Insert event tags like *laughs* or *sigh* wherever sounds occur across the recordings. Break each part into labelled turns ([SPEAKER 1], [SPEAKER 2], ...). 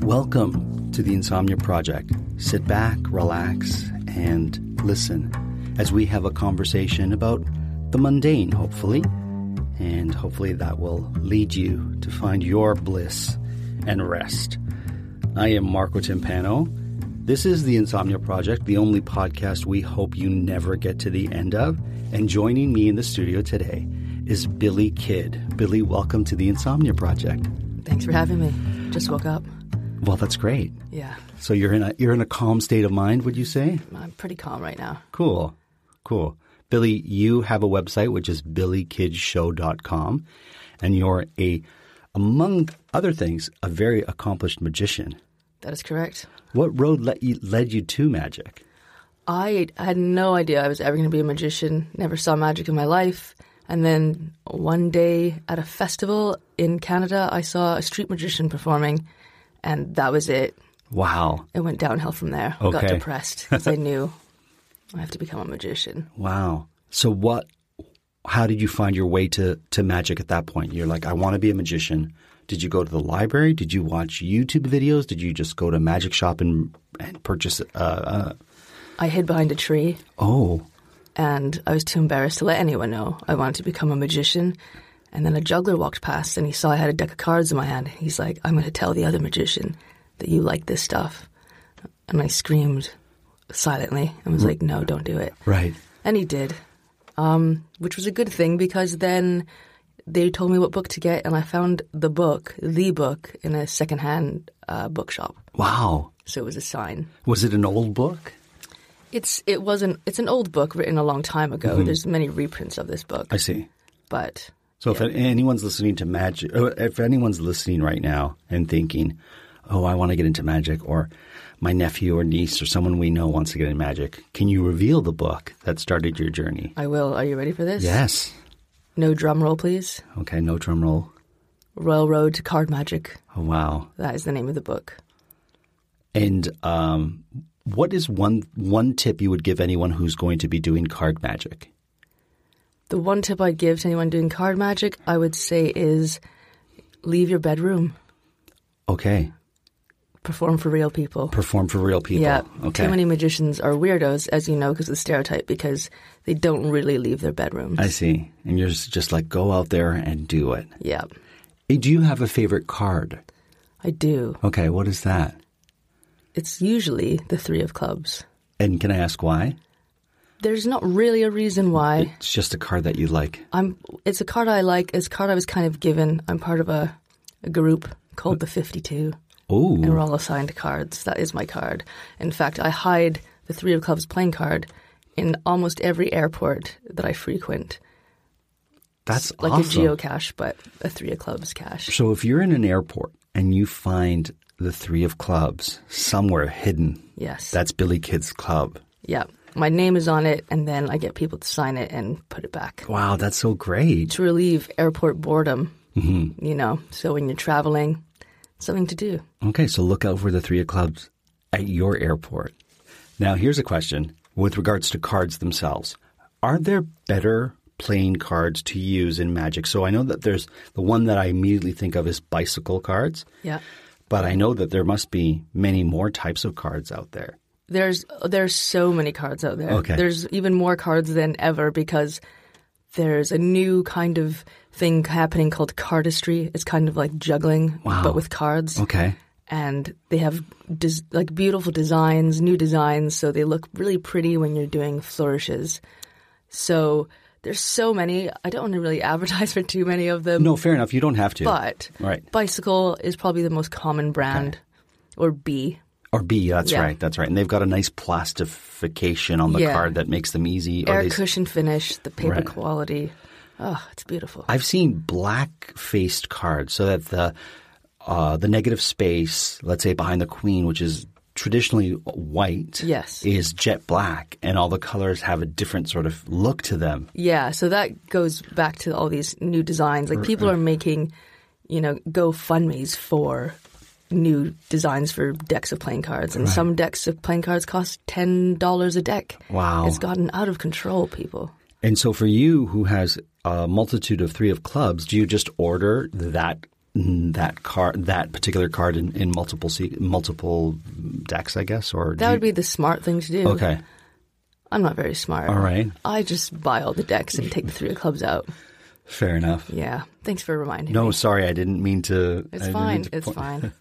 [SPEAKER 1] Welcome to the Insomnia Project. Sit back, relax, and listen as we have a conversation about the mundane, hopefully. And hopefully that will lead you to find your bliss and rest. I am Marco Timpano. This is the Insomnia Project, the only podcast we hope you never get to the end of. And joining me in the studio today is Billy Kidd. Billy, welcome to the Insomnia Project.
[SPEAKER 2] Thanks for having me. Just woke up.
[SPEAKER 1] Well, that's great.
[SPEAKER 2] Yeah,
[SPEAKER 1] So you're in a you're in a calm state of mind, would you say?
[SPEAKER 2] I'm pretty calm right now.
[SPEAKER 1] Cool. Cool. Billy, you have a website which is billykidshow.com and you're a among other things a very accomplished magician.
[SPEAKER 2] That is correct.
[SPEAKER 1] What road led you, led you to magic?
[SPEAKER 2] I had no idea I was ever going to be a magician. Never saw magic in my life. And then one day at a festival in Canada, I saw a street magician performing, and that was it.
[SPEAKER 1] Wow.
[SPEAKER 2] It went downhill from there. I got
[SPEAKER 1] Okay.
[SPEAKER 2] depressed because I *laughs* knew I have to become a magician.
[SPEAKER 1] Wow. So what how did you find your way to to magic at that point? You're like I want to be a magician. Did you go to the library? Did you watch YouTube videos? Did you just go to a magic shop and and purchase uh, uh
[SPEAKER 2] I hid behind a tree.
[SPEAKER 1] oh
[SPEAKER 2] and I was too embarrassed to let anyone know I wanted to become a magician. And then a juggler walked past and he saw I had a deck of cards in my hand. He's like, I'm going to tell the other magician that you like this stuff. And I screamed silently and was like, no, don't do it.
[SPEAKER 1] right.
[SPEAKER 2] And he did, um, which was a good thing because then they told me what book to get and I found the book, the book, in a secondhand uh, bookshop.
[SPEAKER 1] Wow.
[SPEAKER 2] So it was a sign.
[SPEAKER 1] Was it an old book?
[SPEAKER 2] It's it wasn't it's an old book written a long time ago. There's many reprints of this book,
[SPEAKER 1] I see.
[SPEAKER 2] but
[SPEAKER 1] So if anyone's listening to magic, or if anyone's listening right now and thinking, "Oh, I want to get into magic," or my nephew or niece or someone we know wants to get into magic, can you reveal the book that started your journey?
[SPEAKER 2] I will. Are you ready for this?
[SPEAKER 1] Yes.
[SPEAKER 2] No drum roll, please.
[SPEAKER 1] Okay. No drum roll.
[SPEAKER 2] Royal Road to Card Magic.
[SPEAKER 1] Oh, wow.
[SPEAKER 2] That is the name of the book.
[SPEAKER 1] And um, what is one one tip you would give anyone who's going to be doing card magic?
[SPEAKER 2] The one tip I'd give to anyone doing card magic, I would say, is leave your bedroom.
[SPEAKER 1] Okay.
[SPEAKER 2] Perform for real people.
[SPEAKER 1] Perform for real people.
[SPEAKER 2] Yeah.
[SPEAKER 1] Okay.
[SPEAKER 2] Too many magicians are weirdos, as you know, because of the stereotype, because they don't really leave their bedrooms.
[SPEAKER 1] I see. And you're just like go out there and do it.
[SPEAKER 2] Yeah,
[SPEAKER 1] Hey, Do you have a favorite card?
[SPEAKER 2] I do.
[SPEAKER 1] Okay, what is that?
[SPEAKER 2] It's usually the three of clubs.
[SPEAKER 1] And can I ask why?
[SPEAKER 2] There's not really a reason why.
[SPEAKER 1] It's just a card that you like.
[SPEAKER 2] I'm. It's a card I like. It's a card I was kind of given. I'm part of a, a group called the Fifty Two, and we're
[SPEAKER 1] Oh,
[SPEAKER 2] all assigned cards. That is my card. In fact, I hide the Three of Clubs playing card in almost every airport that I frequent,
[SPEAKER 1] that's
[SPEAKER 2] like
[SPEAKER 1] awesome.
[SPEAKER 2] a geocache, but a Three of Clubs cache.
[SPEAKER 1] So if you're in an airport and you find the three of clubs somewhere hidden,
[SPEAKER 2] Yes.
[SPEAKER 1] that's Billy Kid's club.
[SPEAKER 2] yeah. My name is on it, and then I get people to sign it and put it back
[SPEAKER 1] Wow, that's so great.
[SPEAKER 2] to relieve airport boredom. You know, so when you're traveling, something to do.
[SPEAKER 1] Okay, so look out for the three of clubs at your airport. Now, here's a question with regards to cards themselves. Are there better playing cards to use in Magic? So I know that there's the one that I immediately think of is bicycle cards.
[SPEAKER 2] Yeah.
[SPEAKER 1] But I know that there must be many more types of cards out there.
[SPEAKER 2] There's there's so many cards out there.
[SPEAKER 1] Okay.
[SPEAKER 2] There's even more cards than ever because there's a new kind of thing happening called cardistry. It's kind of like juggling,
[SPEAKER 1] Wow.
[SPEAKER 2] but with cards.
[SPEAKER 1] Okay.
[SPEAKER 2] And they have des- like beautiful designs, new designs, so they look really pretty when you're doing flourishes. So there's so many. I don't want to really *laughs* advertise for too many of them.
[SPEAKER 1] No, fair enough. You don't have to.
[SPEAKER 2] But
[SPEAKER 1] Right.
[SPEAKER 2] bicycle is probably the most common brand, or B.
[SPEAKER 1] Or B, that's
[SPEAKER 2] Yeah.
[SPEAKER 1] right, that's right. And they've got a nice plastification on the
[SPEAKER 2] Yeah.
[SPEAKER 1] card that makes them easy. or
[SPEAKER 2] Air
[SPEAKER 1] they s-
[SPEAKER 2] cushion finish, the paper
[SPEAKER 1] Right.
[SPEAKER 2] quality. Oh, it's beautiful.
[SPEAKER 1] I've seen black faced cards so that the uh, the negative space, let's say behind the queen, which is traditionally white,
[SPEAKER 2] Yes.
[SPEAKER 1] is jet black, and all the colors have a different sort of look to them.
[SPEAKER 2] yeah, so that goes back to all these new designs. Like people
[SPEAKER 1] Mm-hmm.
[SPEAKER 2] are making, you know, GoFundMe's for new designs for decks of playing cards, and some decks of playing cards cost ten dollars a deck.
[SPEAKER 1] Wow.
[SPEAKER 2] it's gotten out of control, people.
[SPEAKER 1] And so, for you who has a multitude of three of clubs, do you just order that? That card, that particular card in, in multiple se- multiple decks, I guess, or
[SPEAKER 2] That would be the smart thing to do.
[SPEAKER 1] okay.
[SPEAKER 2] I'm not very smart.
[SPEAKER 1] All right,
[SPEAKER 2] I just buy all the decks and take the three of clubs out.
[SPEAKER 1] fair enough.
[SPEAKER 2] Yeah. Thanks for reminding me.
[SPEAKER 1] No, sorry, I didn't mean to. I
[SPEAKER 2] It's
[SPEAKER 1] didn't mean
[SPEAKER 2] fine.
[SPEAKER 1] to
[SPEAKER 2] It's
[SPEAKER 1] point- *laughs*
[SPEAKER 2] fine.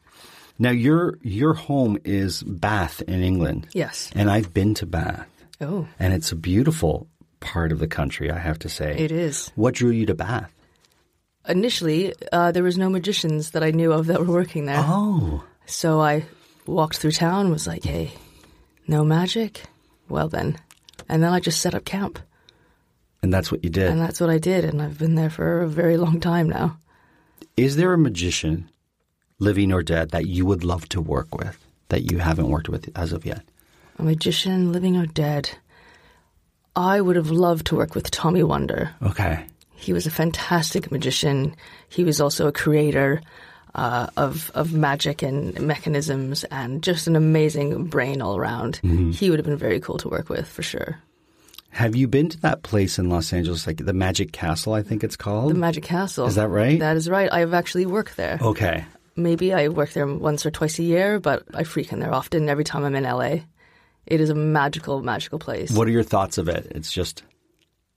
[SPEAKER 1] Now your your home is Bath in England.
[SPEAKER 2] Yes.
[SPEAKER 1] And I've been to Bath.
[SPEAKER 2] Oh.
[SPEAKER 1] And it's a beautiful part of the country, I have to say.
[SPEAKER 2] It is.
[SPEAKER 1] What drew you to Bath?
[SPEAKER 2] Initially, uh, there was no magicians that I knew of that were working there.
[SPEAKER 1] Oh.
[SPEAKER 2] So I walked through town, was like, hey, no magic? Well then. And then I just set up camp.
[SPEAKER 1] And that's what you did.
[SPEAKER 2] And that's what I did. And I've been there for a very long time now.
[SPEAKER 1] Is there a magician, living or dead, that you would love to work with that you haven't worked with as of yet?
[SPEAKER 2] A magician, living or dead. I would have loved to work with Tommy Wonder.
[SPEAKER 1] Okay.
[SPEAKER 2] He was a fantastic magician. He was also a creator uh, of of magic and mechanisms, and just an amazing brain all around.
[SPEAKER 1] Mm-hmm.
[SPEAKER 2] He would have been very cool to work with for sure.
[SPEAKER 1] Have you been to that place in Los Angeles, like the Magic Castle, I think it's called?
[SPEAKER 2] The Magic Castle.
[SPEAKER 1] Is that right?
[SPEAKER 2] That is right. I've actually worked there.
[SPEAKER 1] okay.
[SPEAKER 2] Maybe I work there once or twice a year, but I freak in there often every time I'm in LA. It is a magical, magical place.
[SPEAKER 1] What are your thoughts of it? It's just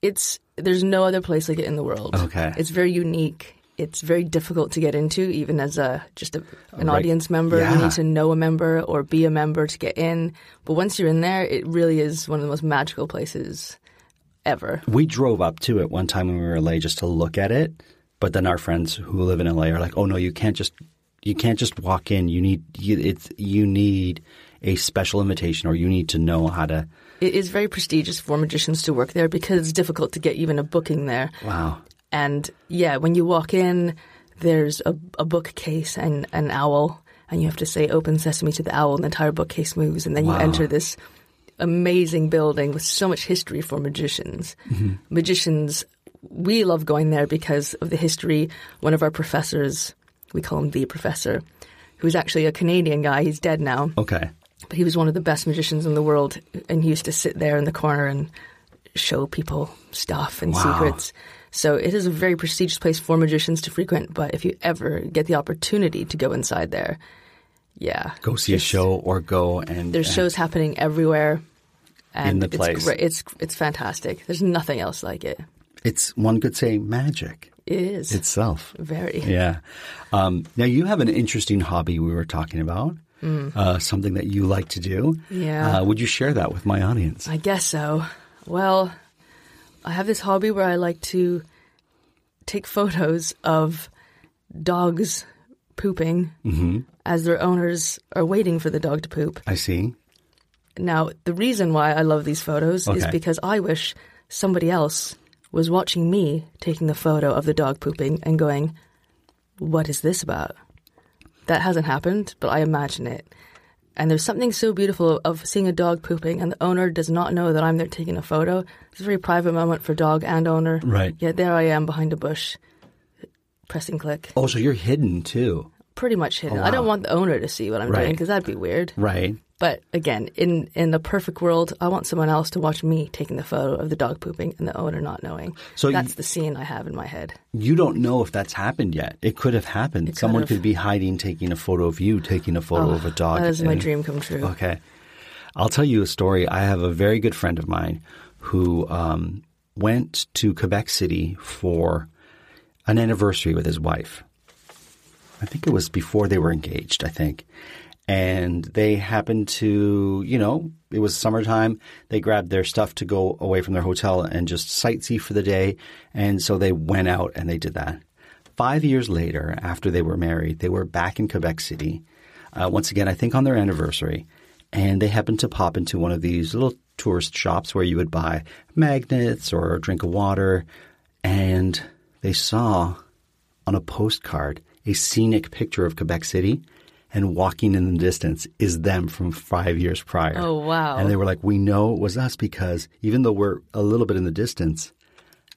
[SPEAKER 2] it's there's no other place like it in the world.
[SPEAKER 1] Okay.
[SPEAKER 2] it's very unique. It's very difficult to get into, even as a just a, an
[SPEAKER 1] Right.
[SPEAKER 2] audience member. You
[SPEAKER 1] Yeah.
[SPEAKER 2] need to know a member or be a member to get in. But once you're in there, it really is one of the most magical places ever.
[SPEAKER 1] We drove up to it one time when we were in LA just to look at it, but then our friends who live in LA are like, "Oh no, you can't just you can't just walk in. You need you, it's you need a special invitation, or you need to know how to."
[SPEAKER 2] It is very prestigious for magicians to work there because it's difficult to get even a booking there.
[SPEAKER 1] Wow.
[SPEAKER 2] And yeah, when you walk in, there's a, a bookcase and an owl, and you have to say "Open Sesame" to the owl, and the entire bookcase moves, and then you enter this amazing building with so much history for magicians. Magicians, we love going there because of the history. One of our professors, we call him the professor, who's actually a Canadian guy. He's dead now
[SPEAKER 1] Okay.
[SPEAKER 2] but he was one of the best magicians in the world and he used to sit there in the corner and show people stuff and
[SPEAKER 1] Wow.
[SPEAKER 2] secrets so it is a very prestigious place for magicians to frequent but if you ever get the opportunity to go inside there yeah
[SPEAKER 1] Go see a
[SPEAKER 2] just-
[SPEAKER 1] show or go and
[SPEAKER 2] there's shows happening everywhere and
[SPEAKER 1] the
[SPEAKER 2] it's
[SPEAKER 1] place.
[SPEAKER 2] great. it's it's fantastic there's nothing else like it
[SPEAKER 1] It's one could say magic
[SPEAKER 2] it is
[SPEAKER 1] itself.
[SPEAKER 2] very
[SPEAKER 1] Yeah. Um, now you have an interesting hobby we were talking about. Uh, something that you like to do.
[SPEAKER 2] Mm. Yeah.
[SPEAKER 1] Uh, would you share that with my audience?
[SPEAKER 2] I guess so. Well, I have this hobby where I like to take photos of dogs pooping as their owners are waiting for the dog to poop.
[SPEAKER 1] I see.
[SPEAKER 2] Now, the reason why I love these photos is
[SPEAKER 1] Okay.
[SPEAKER 2] because I wish somebody else was watching me taking the photo of the dog pooping and going, What is this about? That hasn't happened, but I imagine it. And there's something so beautiful of seeing a dog pooping and the owner does not know that I'm there taking a photo. It's a very private moment for dog and owner.
[SPEAKER 1] Right.
[SPEAKER 2] Yet there I am behind a bush, pressing click,
[SPEAKER 1] Oh, so you're hidden too,
[SPEAKER 2] pretty much hidden. I don't want the owner to see what I'm doing
[SPEAKER 1] Right.
[SPEAKER 2] doing because that'd be weird.
[SPEAKER 1] right?
[SPEAKER 2] But again, in in the perfect world, I want someone else to watch me taking the photo of the dog pooping and the owner not knowing.
[SPEAKER 1] So
[SPEAKER 2] So
[SPEAKER 1] you-
[SPEAKER 2] that's the scene I have in my head.
[SPEAKER 1] You don't know if that's happened yet. It could have happened.
[SPEAKER 2] It
[SPEAKER 1] Someone
[SPEAKER 2] could have. Oh,
[SPEAKER 1] could be hiding, taking a photo of you, taking a photo of a dog.
[SPEAKER 2] That is my
[SPEAKER 1] and-
[SPEAKER 2] dream come true.
[SPEAKER 1] Okay. I'll tell you a story. I have a very good friend of mine who um, went to Quebec City for an anniversary with his wife. I think it was before they were engaged, I think. And they happened to, you know, it was summertime. They grabbed their stuff to go away from their hotel and just sightsee for the day. And so they went out and they did that. Five years later, after they were married, they were back in Quebec City, uh, once again, I think on their anniversary. And they happened to pop into one of these little tourist shops where you would buy magnets or a drink of water. And they saw on a postcard a scenic picture of Quebec City, and walking in the distance is them from five years prior.
[SPEAKER 2] Oh, wow.
[SPEAKER 1] And they were like, "We know it was us because even though we're a little bit in the distance,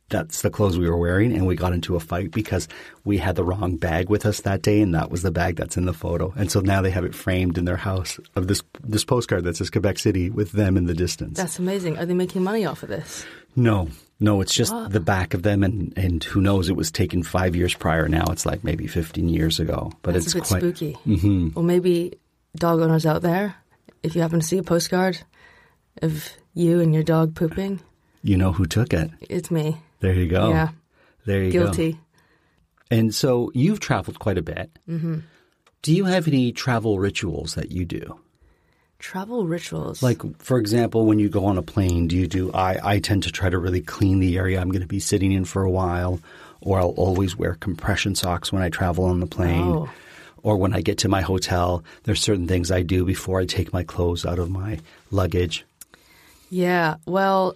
[SPEAKER 1] that's the clothes we were wearing, and we got into a fight because we had the wrong bag with us that day, and that was the bag that's in the photo. And so now they have it framed in their house of this this postcard that says Quebec City with them in the distance.
[SPEAKER 2] That's amazing. Are they making money off of this?
[SPEAKER 1] No, no, it's just the back of them, and, and who knows? It was taken five years prior. Now it's like maybe fifteen years ago, but
[SPEAKER 2] That's
[SPEAKER 1] it's
[SPEAKER 2] a bit
[SPEAKER 1] quite
[SPEAKER 2] spooky. Mm-hmm. Well, maybe dog owners out there, if you happen to see a postcard of you and your dog pooping,
[SPEAKER 1] you know who took it.
[SPEAKER 2] it's me.
[SPEAKER 1] There you go.
[SPEAKER 2] Yeah.
[SPEAKER 1] there you go.
[SPEAKER 2] Guilty.
[SPEAKER 1] And so you've traveled quite a bit. Mm-hmm. Do you have any travel rituals that you do?
[SPEAKER 2] Travel rituals.
[SPEAKER 1] Like, for example, when you go on a plane, do you do? I, I tend to try to really clean the area I'm going to be sitting in for a while, or I'll always wear compression socks when I travel on the plane.
[SPEAKER 2] Oh.
[SPEAKER 1] Or when I get to my hotel, there's certain things I do before I take my clothes out of my luggage.
[SPEAKER 2] Yeah. Well,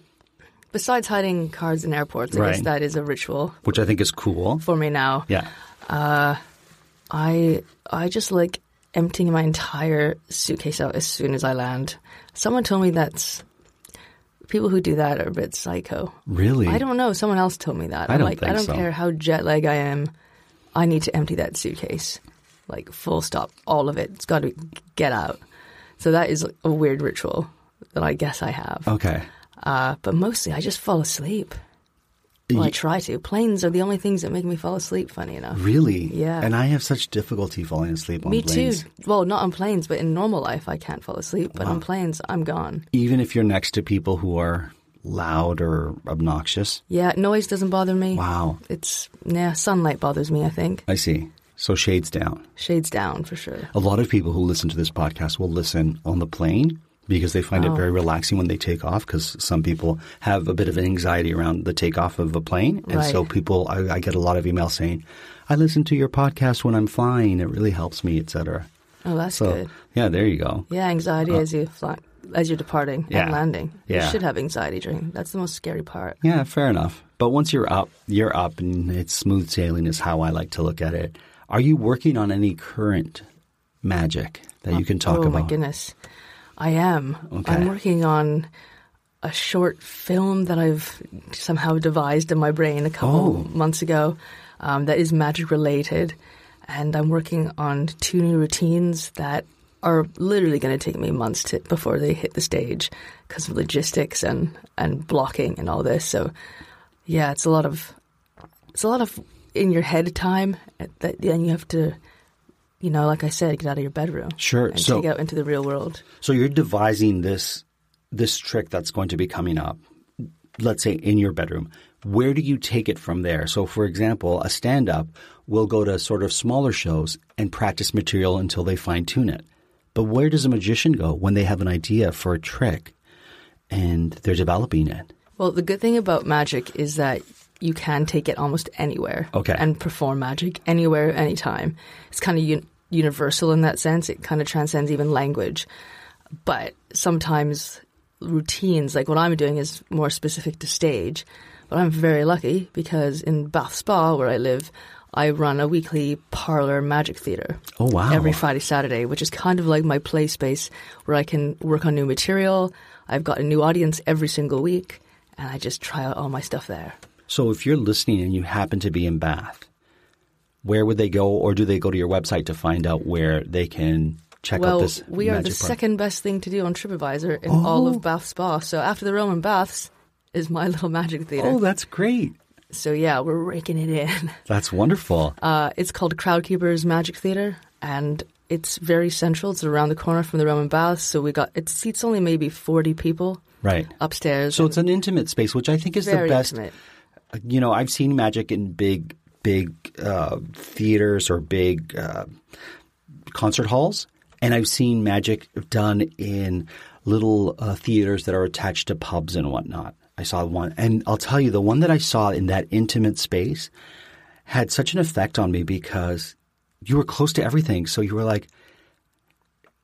[SPEAKER 2] besides hiding cards in airports, I guess
[SPEAKER 1] Right.
[SPEAKER 2] that is a ritual
[SPEAKER 1] which I think is cool.
[SPEAKER 2] for me now.
[SPEAKER 1] Yeah.
[SPEAKER 2] I I just like emptying my entire suitcase out as soon as I land. Someone told me that's people who do that are a bit psycho.
[SPEAKER 1] Really?
[SPEAKER 2] I don't know. Someone else told me that.
[SPEAKER 1] I
[SPEAKER 2] I'm
[SPEAKER 1] don't
[SPEAKER 2] like, I
[SPEAKER 1] think
[SPEAKER 2] don't
[SPEAKER 1] so.
[SPEAKER 2] care how jet lag I am. I need to empty that suitcase, like full stop, all of it. It's got to be get out. So that is a weird ritual that I guess I have.
[SPEAKER 1] Okay.
[SPEAKER 2] Uh, but mostly, I just fall asleep. Well, I try to. Planes are the only things that make me fall asleep. Funny enough.
[SPEAKER 1] Really?
[SPEAKER 2] Yeah.
[SPEAKER 1] And I have such difficulty falling asleep on
[SPEAKER 2] Me
[SPEAKER 1] planes.
[SPEAKER 2] too. Well, not on planes, but in normal life, I can't fall asleep. But on planes, I'm gone.
[SPEAKER 1] Even if you're next to people who are loud or obnoxious.
[SPEAKER 2] Yeah, noise doesn't bother me.
[SPEAKER 1] Wow.
[SPEAKER 2] It's yeah, sunlight bothers me. I think
[SPEAKER 1] I see. So shades down.
[SPEAKER 2] shades down for sure.
[SPEAKER 1] A lot of people who listen to this podcast will listen on the plane because they find it very
[SPEAKER 2] Oh.
[SPEAKER 1] relaxing when they take off because some people have a bit of anxiety around the takeoff of a plane. And so
[SPEAKER 2] Right.
[SPEAKER 1] people, I, I get a lot of emails saying, I listen to your podcast when I'm flying. It really helps me, etc.
[SPEAKER 2] Oh, that's
[SPEAKER 1] So,
[SPEAKER 2] good.
[SPEAKER 1] yeah, there you go.
[SPEAKER 2] Yeah, anxiety as you fly, as you're departing
[SPEAKER 1] Yeah.
[SPEAKER 2] and landing.
[SPEAKER 1] Yeah.
[SPEAKER 2] You should have anxiety during. That's the most scary part.
[SPEAKER 1] Yeah, fair enough. But once you're up, you're up, and it's smooth sailing is how I like to look at it. Are you working on any current magic that you can talk
[SPEAKER 2] oh
[SPEAKER 1] about?
[SPEAKER 2] my goodness, I am.
[SPEAKER 1] Okay.
[SPEAKER 2] I'm working on a short film that I've somehow devised in my brain a couple
[SPEAKER 1] Oh.
[SPEAKER 2] months ago. Um, that is magic related, and I'm working on two new routines that are literally going to take me months to, before they hit the stage because of logistics and and blocking and all this. So, yeah, it's a lot of it's a lot of in your head time uh, that then you have to you know, like I said, get out of your bedroom.
[SPEAKER 1] Sure,
[SPEAKER 2] And
[SPEAKER 1] so-
[SPEAKER 2] take out into the real world.
[SPEAKER 1] So you're devising this this trick that's going to be coming up. Let's say in your bedroom. Where do you take it from there? So, for example, a stand up will go to sort of smaller shows and practice material until they fine tune it. But where does a magician go when they have an idea for a trick and they're developing it?
[SPEAKER 2] Well, the good thing about magic is that you can take it almost anywhere.
[SPEAKER 1] Okay.
[SPEAKER 2] And perform magic anywhere, anytime. It's kind of un- universal in that sense. It kind of transcends even language. But sometimes routines, like what I'm doing, is more specific to stage. But I'm very lucky because in Bath Spa, where I live, I run a weekly parlor magic theater.
[SPEAKER 1] Oh, wow.
[SPEAKER 2] Every Friday, Saturday, which is kind of like my play space where I can work on new material. I've got a new audience every single week, and I just try out all my stuff there.
[SPEAKER 1] So if you're listening and you happen to be in Bath, where would they go, or do they go to your website to find out where they can check out
[SPEAKER 2] well,
[SPEAKER 1] this?
[SPEAKER 2] we are the
[SPEAKER 1] magic part? Oh.
[SPEAKER 2] second best thing to do on TripAdvisor in all of Bath Spa. So after the Roman baths is my *laughs* little magic theater.
[SPEAKER 1] Oh, that's great.
[SPEAKER 2] So yeah, we're raking it in. *laughs*
[SPEAKER 1] That's wonderful.
[SPEAKER 2] Uh, it's called Crowdkeepers Magic Theater, and It's very central. It's around the corner from the Roman baths. So we got it seats only maybe forty people
[SPEAKER 1] Right.
[SPEAKER 2] upstairs.
[SPEAKER 1] So
[SPEAKER 2] and
[SPEAKER 1] it's an intimate space, which I think is the
[SPEAKER 2] very
[SPEAKER 1] best.
[SPEAKER 2] intimate.
[SPEAKER 1] You know, I've seen magic in big, big uh, theaters or big uh, concert halls, and I've seen magic done in little uh, theaters that are attached to pubs and whatnot. I saw one, and I'll tell you, the one that I saw in that intimate space had such an effect on me because you were close to everything. So you were like,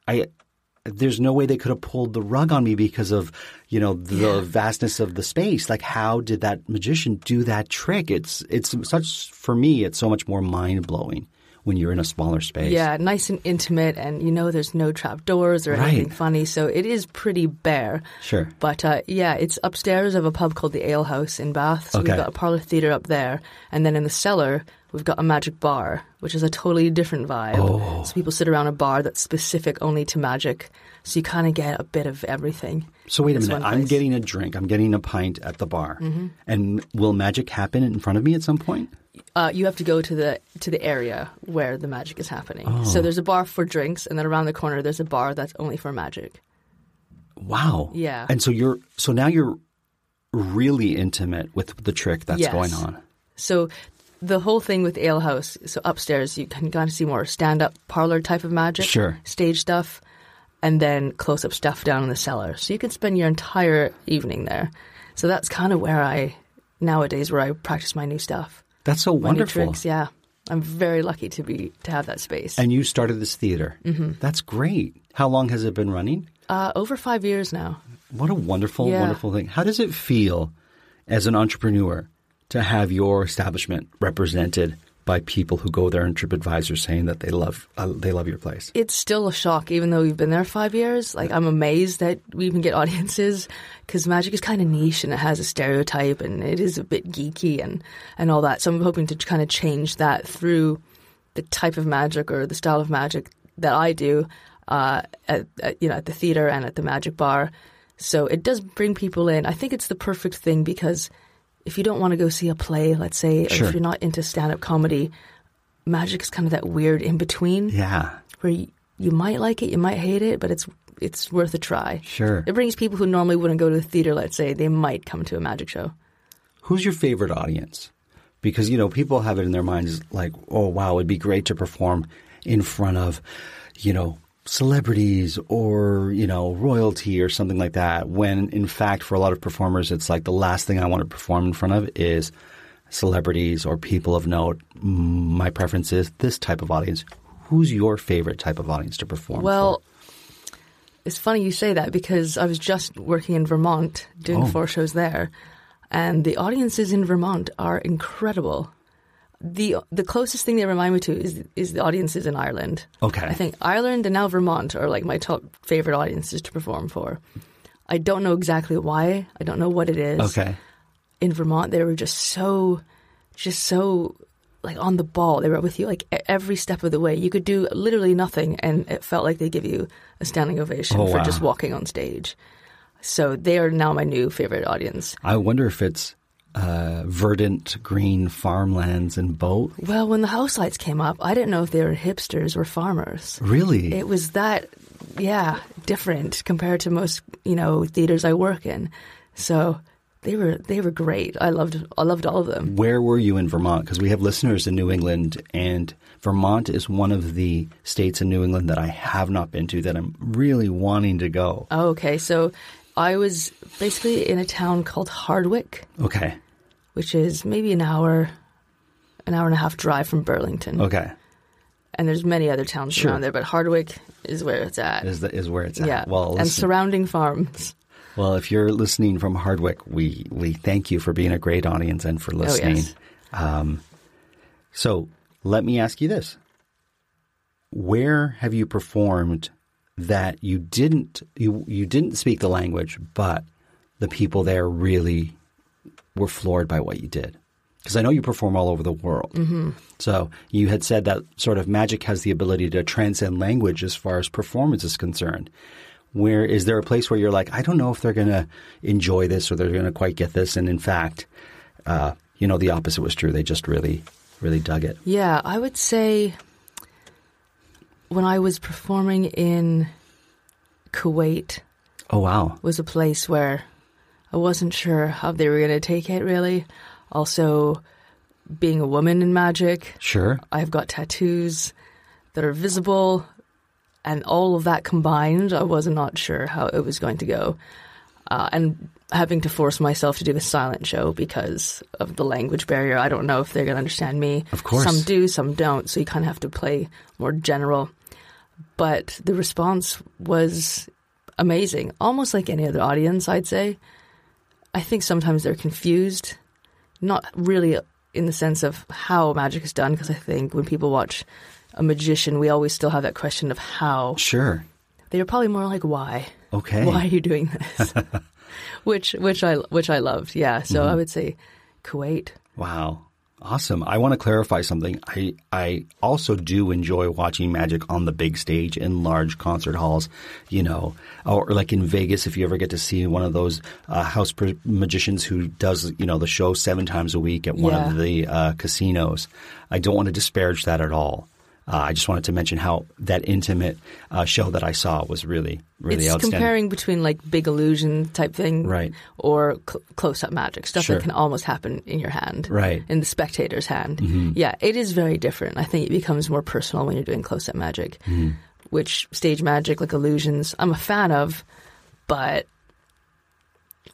[SPEAKER 1] I. There's no way they could have pulled the rug on me because of, you know, the vastness of the space. Like, how did that magician do that trick? It's it's such for me. It's so much more mind blowing when you're in a smaller space.
[SPEAKER 2] Yeah, nice and intimate, and you know there's no trap doors or
[SPEAKER 1] Right.
[SPEAKER 2] anything funny, so it is pretty bare.
[SPEAKER 1] Sure.
[SPEAKER 2] But uh, yeah, it's upstairs of a pub called the Ale House in Bath. So
[SPEAKER 1] Okay.
[SPEAKER 2] we've got a parlor theater up there, and then in the cellar we've got a magic bar, which is a totally different vibe. So people sit around a bar that's specific only to magic, so you kind of get a bit of everything.
[SPEAKER 1] So wait a
[SPEAKER 2] It's
[SPEAKER 1] minute.
[SPEAKER 2] one
[SPEAKER 1] I'm
[SPEAKER 2] place. Mm-hmm.
[SPEAKER 1] getting a drink. I'm getting a pint at the bar, and will magic happen in front of me at some point?
[SPEAKER 2] Uh, you have to go to the to the area where the magic is happening. So there's a bar for drinks, and then around the corner there's a bar that's only for magic.
[SPEAKER 1] Wow.
[SPEAKER 2] Yeah.
[SPEAKER 1] And so you're so now you're really intimate with the trick that's
[SPEAKER 2] Yes.
[SPEAKER 1] going on.
[SPEAKER 2] So the whole thing with Ale House, so upstairs you can kind of see more stand up parlor type of magic,
[SPEAKER 1] Sure.
[SPEAKER 2] stage stuff, and then close up stuff down in the cellar. So you can spend your entire evening there. So that's kind of where I nowadays where I practice my new stuff.
[SPEAKER 1] That's so
[SPEAKER 2] My
[SPEAKER 1] wonderful.
[SPEAKER 2] new tricks, yeah. I'm very lucky to be to have that space.
[SPEAKER 1] And you started this theater. Mm-hmm. That's great. How long has it been running?
[SPEAKER 2] uh, over five years now.
[SPEAKER 1] What a wonderful,
[SPEAKER 2] Yeah.
[SPEAKER 1] wonderful thing. How does it feel as an entrepreneur to have your establishment represented by people who go there on TripAdvisor saying that they love uh, they love your place?
[SPEAKER 2] it's still a shock, even though we've been there five years. Like, I'm amazed that we even get *laughs* audiences because magic is kind of niche and it has a stereotype and it is a bit geeky and, and all that. So I'm hoping to kind of change that through the type of magic or the style of magic that I do, uh, at, at, you know, at the theater and at the magic bar. So it does bring people in. I think it's the perfect thing because if you don't want to go see a play, let's say, or
[SPEAKER 1] Sure.
[SPEAKER 2] if you're not into stand up comedy, magic is kind of that weird in between
[SPEAKER 1] Yeah.
[SPEAKER 2] where you, you might like it, you might hate it, but it's it's worth a try.
[SPEAKER 1] Sure.
[SPEAKER 2] It brings people who normally wouldn't go to the theater, let's say, they might come to a magic show.
[SPEAKER 1] Who's your favorite audience? Because you know people have it in their minds like, oh wow, it'd be great to perform in front of, you know, celebrities or you know royalty or something like that. When in fact, for a lot of performers, it's like the last thing I want to perform in front of is celebrities or people of note. Mm, My preference is this type of audience. Who's your favorite type of audience to perform?
[SPEAKER 2] Well, it's funny you say that because I was just working in Vermont
[SPEAKER 1] Oh.
[SPEAKER 2] doing four shows there, and the audiences in Vermont are incredible. the The closest thing they remind me to is is the audiences in Ireland.
[SPEAKER 1] Okay.
[SPEAKER 2] I think Ireland and now Vermont are like my top favorite audiences to perform for. I don't know exactly why. I don't know what it is.
[SPEAKER 1] for? okay,
[SPEAKER 2] in Vermont, they were just so, just so like on the ball. They were with you like e- every step of the way. You could do literally nothing, and it felt like they give you a standing ovation
[SPEAKER 1] Oh,
[SPEAKER 2] for
[SPEAKER 1] wow.
[SPEAKER 2] just walking on stage. So they are now my new favorite audience.
[SPEAKER 1] I wonder if it's uh, verdant green farmlands and boat.
[SPEAKER 2] Well, when the house lights came up, I didn't know if they were hipsters or farmers.
[SPEAKER 1] Really,
[SPEAKER 2] It was that, yeah, different compared to most you know theaters I work in. So they were they were great. I loved I loved all of them.
[SPEAKER 1] where were you in Vermont? Because we have listeners in New England, and Vermont is one of the states in New England that I have not been to that I'm really wanting to go.
[SPEAKER 2] Oh, okay. So I was basically in a town called Hardwick,
[SPEAKER 1] Okay.
[SPEAKER 2] which is maybe an hour, an hour and a half drive from Burlington.
[SPEAKER 1] Okay.
[SPEAKER 2] And there's many other towns
[SPEAKER 1] Sure.
[SPEAKER 2] around there, but Hardwick is where it's at.
[SPEAKER 1] Is the, is where it's at.
[SPEAKER 2] yeah.
[SPEAKER 1] Well,
[SPEAKER 2] and
[SPEAKER 1] listen-
[SPEAKER 2] surrounding farms.
[SPEAKER 1] well, if you're listening from Hardwick, we we thank you for being a great audience and for listening.
[SPEAKER 2] Oh, yes.
[SPEAKER 1] um, so let me ask you this: Where have you performed that you didn't you you didn't speak the language, but the people there really were floored by what you did? Because I know you perform all over the world. Mm-hmm. So you had said that sort of magic has the ability to transcend language as far as performance is concerned. Where is there a place where you're like, I don't know if they're going to enjoy this or they're going to quite get this? And in fact, uh, you know, the opposite was true. They just really, really dug it.
[SPEAKER 2] Yeah, I would say when I was performing in Kuwait
[SPEAKER 1] Oh, wow.
[SPEAKER 2] was a place where I wasn't sure how they were going to take it, really. Also, being a woman in magic,
[SPEAKER 1] Sure.
[SPEAKER 2] I've got tattoos that are visible, and all of that combined, I was not sure how it was going to go. Uh, and having to force myself to do the silent show because of the language barrier, I don't know if they're going to understand me.
[SPEAKER 1] Of course.
[SPEAKER 2] Some do, some don't, so you kind of have to play more general. But the response was amazing, almost like any other audience, I'd say. I think sometimes they're confused not really in the sense of how magic is done, because I think when people watch a magician, we always still have that question of how.
[SPEAKER 1] Sure.
[SPEAKER 2] They are probably more like why.
[SPEAKER 1] Okay.
[SPEAKER 2] Why are you doing this? which which I which I loved. Yeah. So I would say Kuwait.
[SPEAKER 1] Wow. Awesome. I want to clarify something. I, I also do enjoy watching magic on the big stage in large concert halls, you know, or like in Vegas, if you ever get to see one of those uh, house pr- magicians who does, you know, the show seven times a week at one of
[SPEAKER 2] Yeah.
[SPEAKER 1] the uh, casinos. I don't want to disparage that at all. Uh, I just wanted to mention how that intimate uh, show that I saw was really, really
[SPEAKER 2] it's
[SPEAKER 1] outstanding.
[SPEAKER 2] comparing between like big illusion type thing,
[SPEAKER 1] Right.
[SPEAKER 2] Or cl- close up magic stuff
[SPEAKER 1] Sure.
[SPEAKER 2] that can almost happen in your hand,
[SPEAKER 1] Right. Mm-hmm.
[SPEAKER 2] In the spectator's hand. Yeah, it is very different. I think it becomes more personal when you're doing close up magic,
[SPEAKER 1] Mm-hmm.
[SPEAKER 2] which stage magic, like illusions, I'm a fan of, but.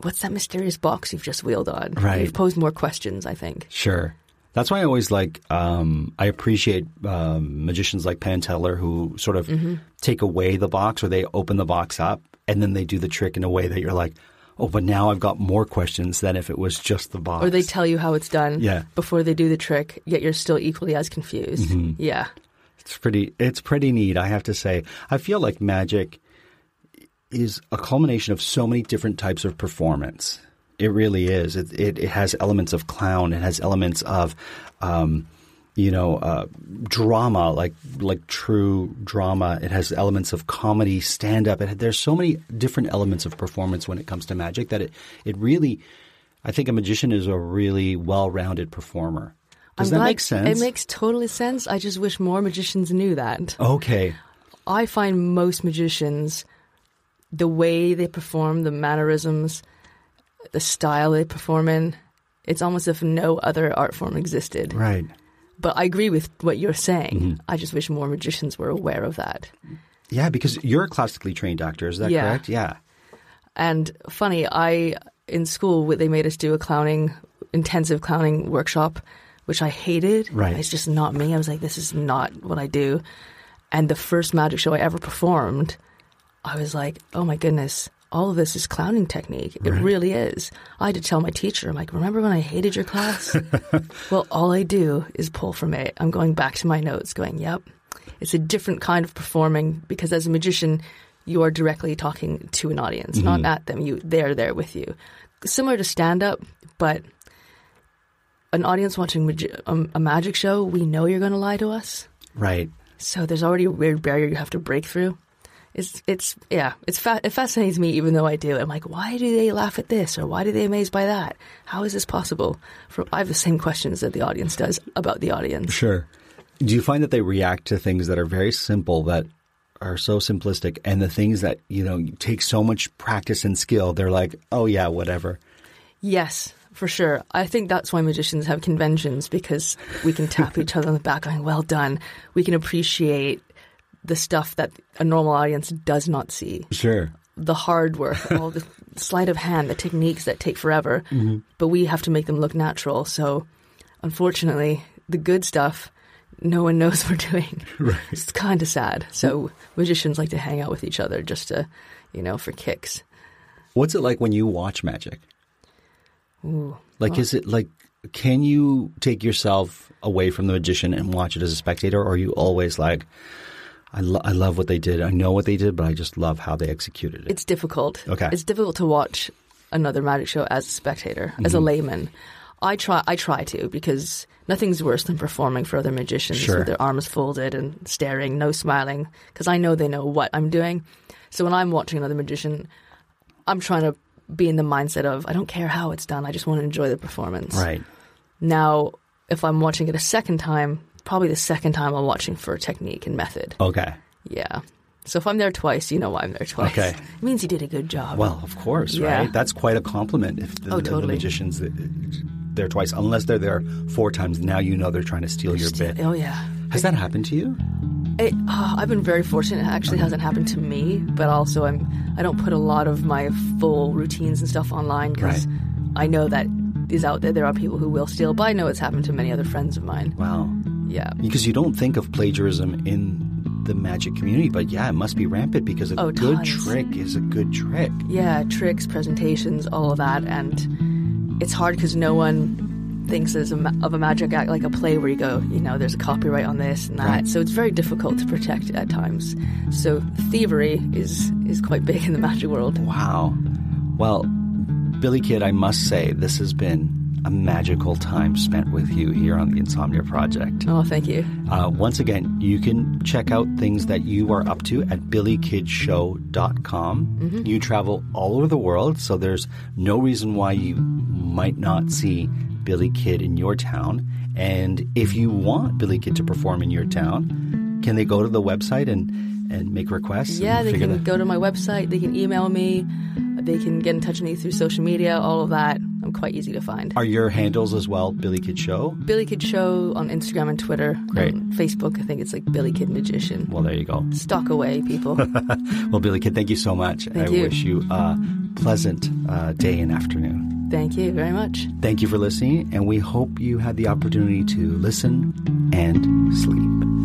[SPEAKER 2] What's that mysterious box you've just wheeled on?
[SPEAKER 1] Right.
[SPEAKER 2] You've posed more questions, I think.
[SPEAKER 1] Sure. That's why I always like, um, I appreciate um, magicians like Penn and Teller who sort of
[SPEAKER 2] Mm-hmm.
[SPEAKER 1] take away the box or they open the box up and then they do the trick in a way that you're like, oh, but now I've got more questions than if it was just the box.
[SPEAKER 2] Or they tell you how it's done
[SPEAKER 1] Yeah.
[SPEAKER 2] before they do the trick, yet you're still equally as confused.
[SPEAKER 1] Mm-hmm.
[SPEAKER 2] Yeah.
[SPEAKER 1] It's pretty. It's pretty neat, I have to say. I feel like magic is a culmination of so many different types of performance. It really is. It it, it has elements of clown. It has elements of, um, you know, uh, drama like like true drama. It has elements of comedy, stand up. It, there's so many different elements of performance when it comes to magic that it it really. I think a magician is a really well-rounded performer. Does
[SPEAKER 2] I'm
[SPEAKER 1] that
[SPEAKER 2] glad-
[SPEAKER 1] make sense?
[SPEAKER 2] It makes totally sense. I just wish more magicians knew that.
[SPEAKER 1] okay.
[SPEAKER 2] I find most magicians, the way they perform, the mannerisms, the style they perform in, it's almost as if no other art form existed.
[SPEAKER 1] Right. Mm-hmm.
[SPEAKER 2] But I agree with what you're saying. I just wish more magicians were aware of that.
[SPEAKER 1] Yeah, because you're a classically trained doctor, is that
[SPEAKER 2] Yeah.
[SPEAKER 1] correct? Yeah.
[SPEAKER 2] And funny, I in school w- they made us do a clowning intensive clowning workshop, which I hated.
[SPEAKER 1] Right.
[SPEAKER 2] it's just not me. I was like, this is not what I do. And the first magic show I ever performed, I was like, oh my goodness, all of this is clowning technique. It really is. I had to tell my teacher, I'm like, remember when I hated your class? well, all I do is pull from it. I'm going back to my notes, going, yep, it's a different kind of performing because as a magician, you are directly talking to an audience, not at them. You, they're there with you. Similar to stand up, but an audience watching magi- um, a magic show, we know you're going to lie to us.
[SPEAKER 1] Right.
[SPEAKER 2] So there's already a weird barrier you have to break through. It's it's yeah, it's fa- it fascinates me even though I do. I'm like, why do they laugh at this or why do they amazed by that? How is this possible? For I have the same questions that the audience does about the audience.
[SPEAKER 1] Sure. Do you find that they react to things that are very simple that are so simplistic and the things that, you know, take so much practice and skill, they're like, "Oh yeah, whatever."
[SPEAKER 2] Yes, for sure. I think that's why magicians have conventions because we can tap each other on the back going, "Well done." We can appreciate the stuff that a normal audience does not see.
[SPEAKER 1] Sure.
[SPEAKER 2] the hard work, *laughs* all the sleight of hand, the techniques that take forever, but we have to make them look natural. So, unfortunately, the good stuff, no one knows *laughs* we're doing. Right. It's kind of sad. So, magicians like to hang out with each other just to, you know, for kicks.
[SPEAKER 1] What's it like when you watch magic? Like is it like can you take yourself away from the magician and watch it as a spectator or are you always like I, lo- I love what they did. I know what they did, but I just love how they executed it.
[SPEAKER 2] It's difficult.
[SPEAKER 1] Okay.
[SPEAKER 2] It's difficult to watch another magic show as a spectator, as
[SPEAKER 1] Mm-hmm.
[SPEAKER 2] a layman. I try I try to because nothing's worse than performing for other magicians
[SPEAKER 1] Sure.
[SPEAKER 2] with their arms folded and staring, no smiling, because I know they know what I'm doing. So when I'm watching another magician, I'm trying to be in the mindset of I don't care how it's done, I just want to enjoy the performance.
[SPEAKER 1] right.
[SPEAKER 2] Now, if I'm watching it a second time, probably the second time I'm watching for technique and method
[SPEAKER 1] Okay.
[SPEAKER 2] Yeah. So if I'm there twice, you know why I'm there twice.
[SPEAKER 1] Okay.
[SPEAKER 2] It means you did a good job.
[SPEAKER 1] Well, of course,
[SPEAKER 2] Yeah.
[SPEAKER 1] right? That's quite a compliment if the,
[SPEAKER 2] Oh,
[SPEAKER 1] the- the
[SPEAKER 2] totally.
[SPEAKER 1] magician's th- there twice, unless they're there four times. Now you know they're trying to steal your bit.
[SPEAKER 2] oh yeah.
[SPEAKER 1] Has that happened to you?
[SPEAKER 2] It, oh, I've been very fortunate. It actually hasn't happened to me, but also I'm I don't put a lot of my full routines and stuff online because
[SPEAKER 1] Right.
[SPEAKER 2] I know that is out there. There are people who will steal, but I know it's happened to many other friends of mine.
[SPEAKER 1] Wow.
[SPEAKER 2] Yeah.
[SPEAKER 1] Because you don't think of plagiarism in the magic community, but yeah, it must be rampant because a
[SPEAKER 2] Oh,
[SPEAKER 1] good
[SPEAKER 2] tons.
[SPEAKER 1] trick is a good trick.
[SPEAKER 2] Yeah, tricks, presentations, all of that, and it's hard because no one thinks as a, ma- of a magic act like a play where you go, you know, there's a copyright on this and that.
[SPEAKER 1] Right.
[SPEAKER 2] So it's very difficult to protect at times. So thievery is is quite big in the magic world.
[SPEAKER 1] Wow. Well, Billy Kid, I must say, this has been a magical time spent with you here on the Insomnia Project.
[SPEAKER 2] Oh, thank you.
[SPEAKER 1] Uh, once again, you can check out things that you are up to at billykidshow.com.
[SPEAKER 2] Mm-hmm.
[SPEAKER 1] You travel all over the world, so there's no reason why you might not see Billy Kid in your town. And if you want Billy Kid to perform in your town, can they go to the website and, and make requests?
[SPEAKER 2] Yeah,
[SPEAKER 1] and
[SPEAKER 2] they
[SPEAKER 1] figure
[SPEAKER 2] can
[SPEAKER 1] that-
[SPEAKER 2] go to my website. They can email me. They can get in touch with me through social media. All of that. I'm quite easy to find.
[SPEAKER 1] Are your handles as well, Billy Kid Show?
[SPEAKER 2] Billy Kid Show on Instagram and Twitter.
[SPEAKER 1] Great.
[SPEAKER 2] On Facebook, I think it's like Billy Kid Magician.
[SPEAKER 1] Well, there you go.
[SPEAKER 2] Stock away,
[SPEAKER 1] *laughs*
[SPEAKER 2] people.
[SPEAKER 1] Well, Billy Kid, thank you so much.
[SPEAKER 2] Thank
[SPEAKER 1] I
[SPEAKER 2] you.
[SPEAKER 1] wish you a pleasant uh, day and afternoon.
[SPEAKER 2] Thank you very much.
[SPEAKER 1] Thank you for listening, and we hope you had the opportunity to listen and sleep.